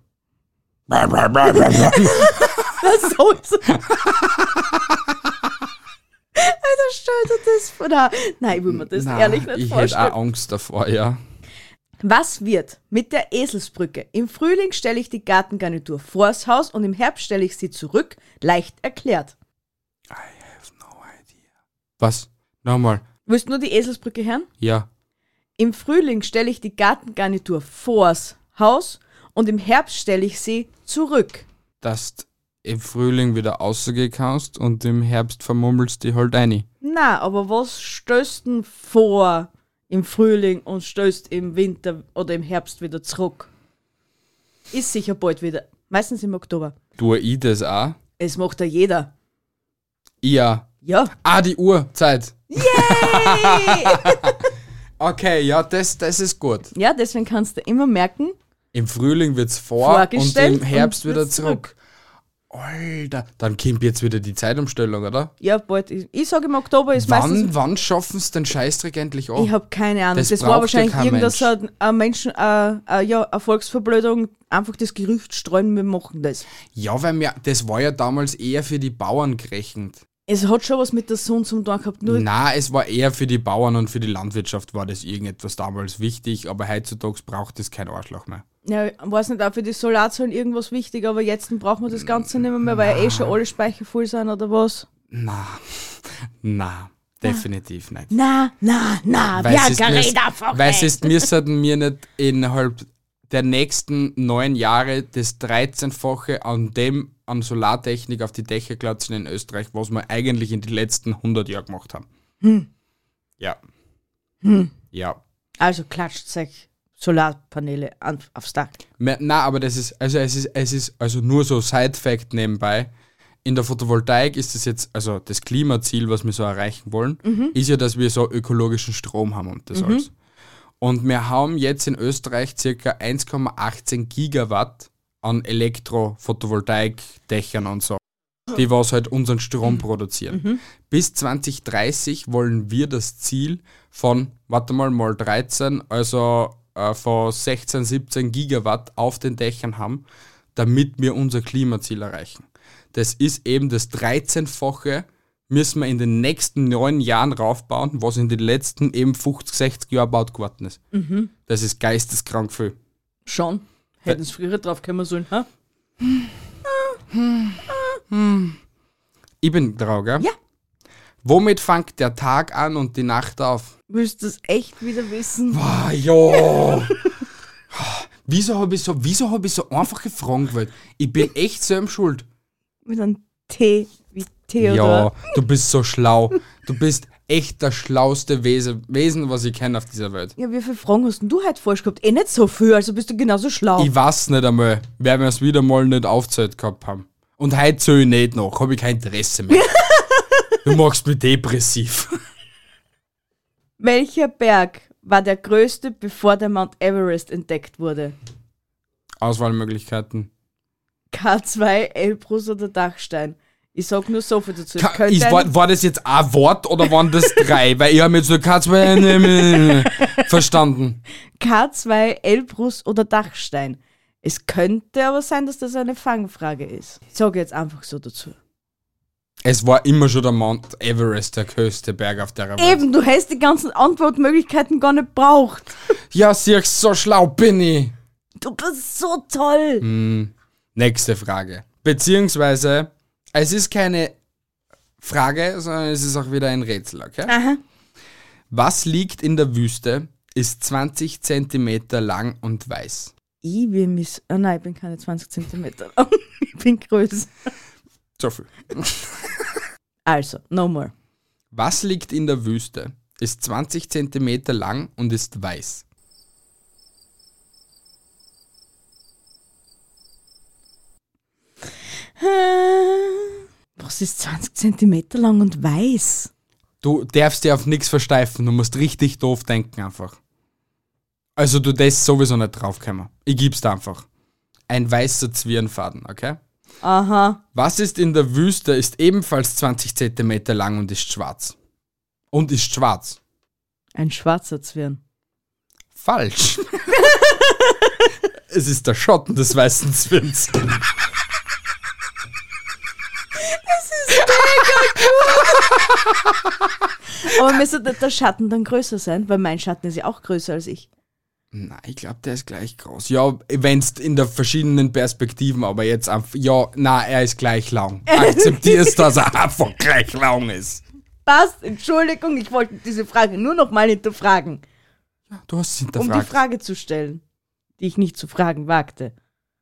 Speaker 7: Was soll's? *laughs* Alter, stell dir das vor. Nein, nein, ich will mir das
Speaker 6: Nein,
Speaker 7: ehrlich nicht
Speaker 6: ich
Speaker 7: vorstellen.
Speaker 6: hätte auch Angst davor, ja.
Speaker 7: Was wird mit der Eselsbrücke? Im Frühling stelle ich die Gartengarnitur vors Haus und im Herbst stelle ich sie zurück. Leicht erklärt.
Speaker 6: Was? Nochmal.
Speaker 7: Willst du nur die Eselsbrücke hören?
Speaker 6: Ja.
Speaker 7: Im Frühling stelle ich die Gartengarnitur vors Haus und im Herbst stelle ich sie zurück.
Speaker 6: Dass du im Frühling wieder rausgehen kannst und im Herbst vermummelst die halt ein.
Speaker 7: Na, aber was stößt denn vor im Frühling und stößt im Winter oder im Herbst wieder zurück? Ist sicher bald wieder. Meistens im Oktober.
Speaker 6: Tue ich das auch?
Speaker 7: Es macht ja jeder.
Speaker 6: Ja.
Speaker 7: Ja.
Speaker 6: Ah, die Uhrzeit. *laughs* Yay! okay, ja, das, das ist gut.
Speaker 7: Ja, deswegen kannst du immer merken,
Speaker 6: Im Frühling wird's vor und
Speaker 7: Vorgestellt
Speaker 6: im Herbst
Speaker 7: und
Speaker 6: wieder
Speaker 7: wird's
Speaker 6: zurück. Alter, dann kommt jetzt wieder die Zeitumstellung, oder?
Speaker 7: ja, bald. ist- Ich sage im Oktober ist meistens.
Speaker 6: Wann, wann schaffen es den Scheißdreck endlich auch?
Speaker 7: Ich habe keine Ahnung.
Speaker 6: Das
Speaker 7: Das, war
Speaker 6: braucht
Speaker 7: wahrscheinlich
Speaker 6: ja kein
Speaker 7: irgendwas
Speaker 6: Mensch.
Speaker 7: ein, ein Menschen, äh, äh, ja, eine Volksverblödung, einfach das Gerücht streuen, wir machen das.
Speaker 6: Ja, weil mir, das war ja damals eher für die Bauern gerechnet.
Speaker 7: Es hat schon was mit der Sonne zum tun gehabt, nur
Speaker 6: Na, es war eher für die Bauern und für die Landwirtschaft war das irgendetwas damals wichtig, aber heutzutage braucht es kein Arschloch mehr.
Speaker 7: Ja, ich weiß nicht, auch für die Solarzellen irgendwas wichtig, aber jetzt brauchen wir das Ganze nicht mehr, mehr weil eh schon alle Speicher voll sind oder was?
Speaker 6: Na, na, definitiv nicht.
Speaker 7: Na, na, na,
Speaker 6: Weil sie es müssen- weil sie es müssen mir nicht innerhalb der nächsten neun Jahre das 13-fache an dem an Solartechnik auf die Dächer klatschen in Österreich, was wir eigentlich in den letzten 100 Jahren gemacht haben. Ja. Ja.
Speaker 7: Also klatscht sich Solarpaneele an, aufs Dach.
Speaker 6: Me- Na, aber das ist, also es ist, es ist, also nur so Side-Fact nebenbei. In der Photovoltaik ist das jetzt, also das Klimaziel, was wir so erreichen wollen, ist ja, dass wir so ökologischen Strom haben und das alles. Und wir haben jetzt in Österreich circa 1,18 Gigawatt an Elektro-Photovoltaik-Dächern und so, die was halt unseren Strom produzieren. Bis 2030 wollen wir das Ziel von, warte mal, mal 13, also äh, von 16, 17 Gigawatt auf den Dächern haben, damit wir unser Klimaziel erreichen. Das ist eben das 13-fache, müssen wir in den nächsten neun Jahren raufbauen, was in den letzten eben 50, 60 Jahren gebaut geworden ist. Das ist geisteskrank viel.
Speaker 7: Schon. Hätten es früher drauf kommen sollen, ha?
Speaker 6: Ich bin traurig. gell?
Speaker 7: Ja.
Speaker 6: Womit fängt der Tag an und die Nacht auf?
Speaker 7: Willst du das echt wieder wissen?
Speaker 6: Ah, ja. *laughs* wieso habe ich, so, wieso hab ich so einfache Fragen gewählt? Ich bin echt selbst schuld.
Speaker 7: Mit einem T wie
Speaker 6: Ja,
Speaker 7: Theodor.
Speaker 6: du bist so schlau. Du bist echt das schlauste Wesen, Wesen was ich kenne auf dieser Welt.
Speaker 7: Ja, wie viele Fragen hast denn du heute falsch gehabt? Eh nicht so viel, also bist du genauso schlau.
Speaker 6: Ich weiß nicht einmal, weil wir es wieder mal nicht aufgezählt gehabt haben. Und heute zähle ich nicht noch, habe ich kein Interesse mehr. du machst mich depressiv.
Speaker 7: Welcher Berg war der größte, bevor der Mount Everest entdeckt wurde?
Speaker 6: Auswahlmöglichkeiten.
Speaker 7: K2, Elbrus oder Dachstein. Ich sag nur so viel dazu. Ich
Speaker 6: Ka
Speaker 7: könnte
Speaker 6: ist, war, war das jetzt ein Wort oder waren das drei? weil ich habe jetzt nur K2 äh, verstanden.
Speaker 7: K2, Elbrus oder Dachstein. Es könnte aber sein, dass das eine Fangfrage ist. Ich sage jetzt einfach so dazu.
Speaker 6: Es war immer schon der Mount Everest, der höchste Berg auf der Welt.
Speaker 7: Eben, du hast die ganzen Antwortmöglichkeiten gar nicht braucht.
Speaker 6: Ja, siehst so schlau bin ich.
Speaker 7: Du bist so toll.
Speaker 6: Nächste Frage. Beziehungsweise, es ist keine Frage, sondern es ist auch wieder ein Rätsel, okay? Was liegt in der Wüste, ist 20 Zentimeter lang und weiß?
Speaker 7: Ich will mich... Ah nein, ich bin keine 20 Zentimeter lang. *laughs* ich bin größer.
Speaker 6: So viel.
Speaker 7: Also, no more.
Speaker 6: Was liegt in der Wüste, ist 20 Zentimeter lang und ist weiß?
Speaker 7: Was ist 20 Zentimeter lang und weiß?
Speaker 6: Du darfst dir auf nichts versteifen, du musst richtig doof denken einfach. Also du das sowieso nicht draufkommen. Ich gib's dir einfach. Ein weißer Zwirnfaden, okay? Was ist in der Wüste, ist ebenfalls 20 cm lang und ist schwarz. Und ist schwarz.
Speaker 7: Ein schwarzer Zwirn.
Speaker 6: Falsch. es ist der Schatten des weißen Zwirns.
Speaker 7: Aber müsste der- der Schatten dann größer sein, weil mein Schatten ist ja auch größer als ich.
Speaker 6: Nein, ich glaube, der ist gleich groß. Ja, wenn's in der verschiedenen Perspektiven, aber jetzt einfach, ja, na, er ist gleich
Speaker 7: *laughs*
Speaker 6: lang. Akzeptierst, dass er einfach gleich lang ist.
Speaker 7: Passt, Entschuldigung, ich wollte diese Frage nur nochmal hinterfragen,
Speaker 6: Du hast es
Speaker 7: um
Speaker 6: hinterfragt.
Speaker 7: die Frage zu stellen, die ich nicht zu fragen wagte.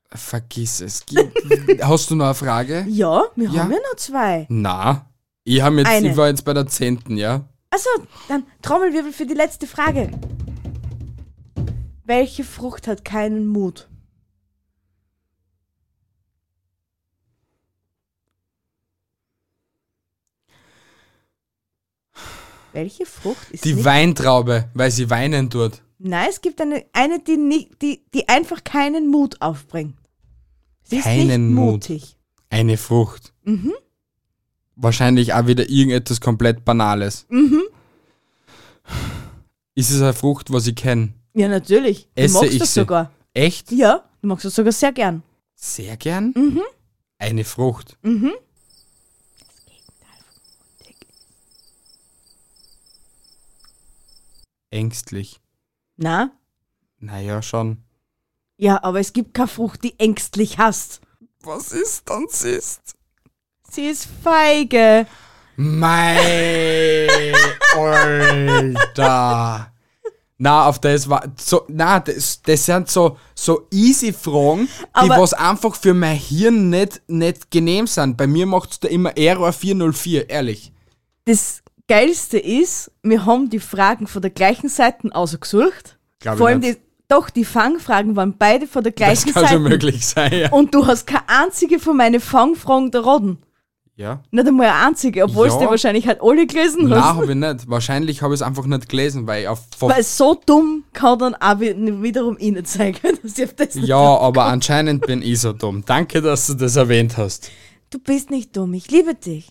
Speaker 6: Vergiss es. Gib- Hast du noch eine Frage?
Speaker 7: Ja, wir
Speaker 6: Ja.
Speaker 7: haben ja noch zwei.
Speaker 6: Na, ich, hab jetzt,
Speaker 7: Eine.
Speaker 6: ich war jetzt bei der zehnten, ja?
Speaker 7: Also, dann Trommelwirbel für die letzte Frage. Welche Frucht hat keinen Mut? Welche Frucht ist
Speaker 6: Die
Speaker 7: nicht
Speaker 6: Weintraube, weil sie weinen tut.
Speaker 7: Nein, es gibt eine, eine die, nicht, die, die einfach keinen Mut aufbringt. Sie ist nicht
Speaker 6: Keinen Mut.
Speaker 7: mutig.
Speaker 6: Eine Frucht. Mhm. Wahrscheinlich auch wieder irgendetwas komplett Banales. Mhm. Ist es eine Frucht, was ich kenne?
Speaker 7: Ja, natürlich. Du
Speaker 6: Esse
Speaker 7: magst
Speaker 6: ich
Speaker 7: das
Speaker 6: sie.
Speaker 7: sogar.
Speaker 6: Echt?
Speaker 7: Ja, du magst das sogar sehr gern.
Speaker 6: Sehr gern? Mhm. Eine Frucht. Mhm. Ängstlich.
Speaker 7: Na?
Speaker 6: Naja, schon.
Speaker 7: Ja, aber es gibt keine Frucht, die ängstlich hast.
Speaker 6: Was ist dann ist?
Speaker 7: Sie ist feige.
Speaker 6: Mei, Alter. Na, auf das war so, na, das, das sind so, so easy Fragen, die
Speaker 7: Aber-
Speaker 6: was einfach für mein Hirn nicht, nicht genehm sind. Bei mir macht's da immer Error 404, ehrlich.
Speaker 7: Das Geilste ist, wir haben die Fragen von der gleichen Seite ausgesucht.
Speaker 6: Glaub ich
Speaker 7: Vor allem
Speaker 6: nicht.
Speaker 7: die, doch, die Fangfragen waren beide von der
Speaker 6: Das
Speaker 7: gleichen
Speaker 6: kann
Speaker 7: Seite.
Speaker 6: schon möglich sein, ja.
Speaker 7: Und du hast keine einzige von meinen Fangfragen der Roden.
Speaker 6: ja.
Speaker 7: Nicht einmal eine einzige, obwohl
Speaker 6: Ja.
Speaker 7: du wahrscheinlich halt alle gelesen
Speaker 6: Nein,
Speaker 7: hast.
Speaker 6: habe ich nicht. Wahrscheinlich habe ich es einfach nicht gelesen, weil ich auf. Von,
Speaker 7: Weil so dumm kann dann auch wi- wiederum ich nicht sein, gell, *laughs* dass ich auf das nicht
Speaker 6: ja, aber anscheinend bin ich so dumm. Danke, dass du das erwähnt hast.
Speaker 7: Du bist nicht dumm, ich liebe dich.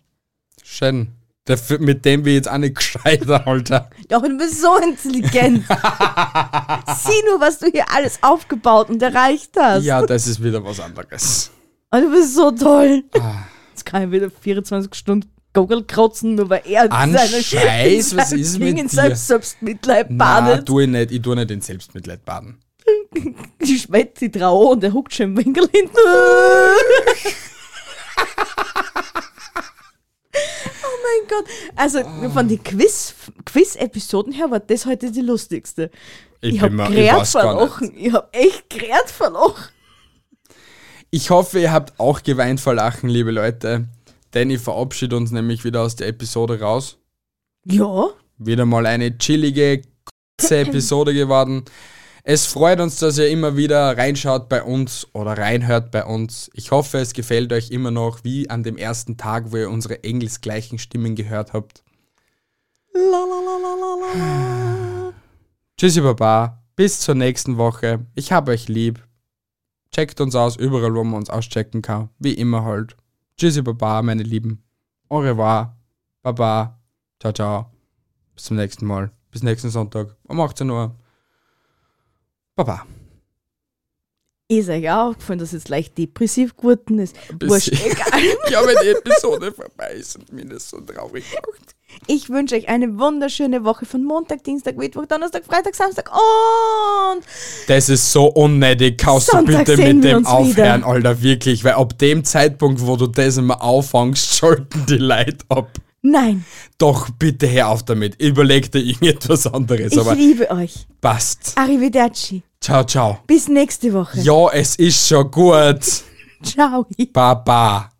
Speaker 6: Schön. Dafür- mit dem bin ich jetzt auch nicht *laughs* gescheiter, Alter.
Speaker 7: Doch, du bist
Speaker 6: *laughs*
Speaker 7: so intelligent. Sieh nur, was du hier alles aufgebaut und erreicht hast.
Speaker 6: Ja, das ist wieder was anderes.
Speaker 7: Und du bist so toll.
Speaker 6: Ah.
Speaker 7: Jetzt kann ich wieder 24 Stunden Gogel krotzen, nur weil er in
Speaker 6: An Scheiß,
Speaker 7: in seinem
Speaker 6: was ist
Speaker 7: Ding,
Speaker 6: mit
Speaker 7: in
Speaker 6: dir?
Speaker 7: seinem Selbstmitleid
Speaker 6: Nein,
Speaker 7: badet.
Speaker 6: tu ich nicht. Ich tu nicht in Selbstmitleid baden.
Speaker 7: Die schmeckt die Trauer und er huckt schon im Winkel hinten. *laughs* Oh mein Gott. Also von den Quiz- Quiz-Episoden her war das heute die lustigste.
Speaker 6: Ich
Speaker 7: Ich,
Speaker 6: bin
Speaker 7: hab
Speaker 6: mir-
Speaker 7: habe
Speaker 6: ich
Speaker 7: gerät
Speaker 6: weiß gar
Speaker 7: verlochen. Ich habe echt gerät verlochen.
Speaker 6: Ich hoffe, ihr habt auch geweint vor Lachen, liebe Leute. Denn ich verabschiede uns nämlich wieder aus der Episode raus.
Speaker 7: Ja,
Speaker 6: wieder mal eine chillige, kurze Episode geworden. Es freut uns, dass ihr immer wieder reinschaut bei uns oder reinhört bei uns. Ich hoffe, es gefällt euch immer noch wie an dem ersten Tag, wo ihr unsere engelsgleichen Stimmen gehört habt. *sighs* Tschüssi Baba, bis zur nächsten Woche. Ich hab euch lieb. Checkt uns aus, überall wo man uns auschecken kann. Wie immer halt. Tschüssi Baba, meine Lieben. Au revoir. Baba. Ciao, ciao. Bis zum nächsten Mal. Bis nächsten Sonntag um 18 Uhr. Baba.
Speaker 7: ist euch auch aufgefallen, dass jetzt leicht depressiv geworden ist.
Speaker 6: bisschen.
Speaker 7: Wurscht, egal. *laughs*
Speaker 6: Ja, wenn die Episode vorbei ist und mir das so traurig macht.
Speaker 7: Ich wünsche euch eine wunderschöne Woche von Montag, Dienstag, Mittwoch, Donnerstag, Freitag, Samstag und
Speaker 6: Das ist so unnötig. Kannst
Speaker 7: Sonntag
Speaker 6: du bitte
Speaker 7: sehen
Speaker 6: mit
Speaker 7: wir
Speaker 6: dem
Speaker 7: uns
Speaker 6: aufhören,
Speaker 7: wieder.
Speaker 6: Alter, wirklich. Weil ab dem Zeitpunkt, wo du das immer auffängst, schalten die Leute ab.
Speaker 7: nein,
Speaker 6: Doch bitte hör auf damit. Überleg dir irgendetwas anderes.
Speaker 7: ich
Speaker 6: aber
Speaker 7: liebe euch.
Speaker 6: passt.
Speaker 7: Arrivederci.
Speaker 6: Ciao, ciao.
Speaker 7: Bis nächste Woche.
Speaker 6: Ja, es ist schon gut.
Speaker 7: Ciao.
Speaker 6: Baba.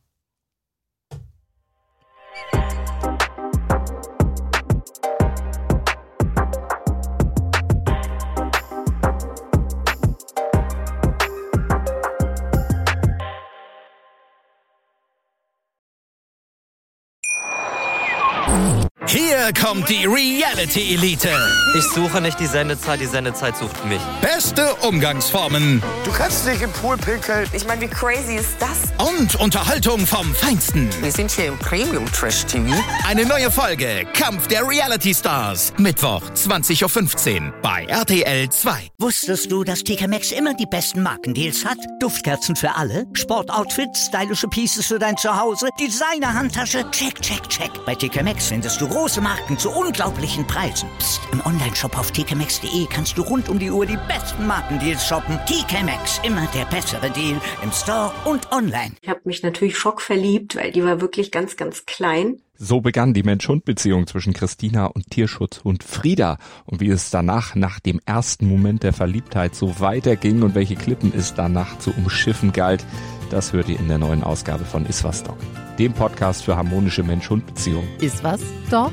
Speaker 2: Hier Hier kommt die Reality Elite.
Speaker 3: Ich suche nicht die Sendezeit, die Sendezeit sucht mich.
Speaker 2: Beste Umgangsformen
Speaker 4: Du kannst nicht im Pool pinkeln.
Speaker 5: Ich meine, wie crazy ist das?
Speaker 2: und Unterhaltung vom Feinsten.
Speaker 5: Wir sind hier im Premium Trash TV.
Speaker 2: Eine neue Folge Kampf der Reality Stars. Mittwoch, 20.15 Uhr bei RTL 2.
Speaker 1: Wusstest du, dass TK Maxx immer die besten Markendeals hat? Duftkerzen für alle, Sportoutfits, stylische Pieces für dein Zuhause, Designer-Handtasche, check, check, check. Bei TK Maxx findest du große Marken zu unglaublichen Preisen. Psst. Im Onlineshop auf tkmaxx.de kannst du rund um die Uhr die besten Markendeals shoppen. TK Maxx, immer der bessere Deal im Store und online.
Speaker 8: Ich habe mich natürlich schockverliebt, weil die war wirklich ganz, ganz klein.
Speaker 6: So begann die Mensch-Hund-Beziehung zwischen Christina und Tierschutzhund Frieda. Und wie es danach, nach dem ersten Moment der Verliebtheit, so weiterging und welche Klippen es danach zu umschiffen galt, das hört ihr in der neuen Ausgabe von Iswas Dog, dem Podcast für harmonische Mensch-Hund-Beziehungen.
Speaker 7: Ist was, Dog?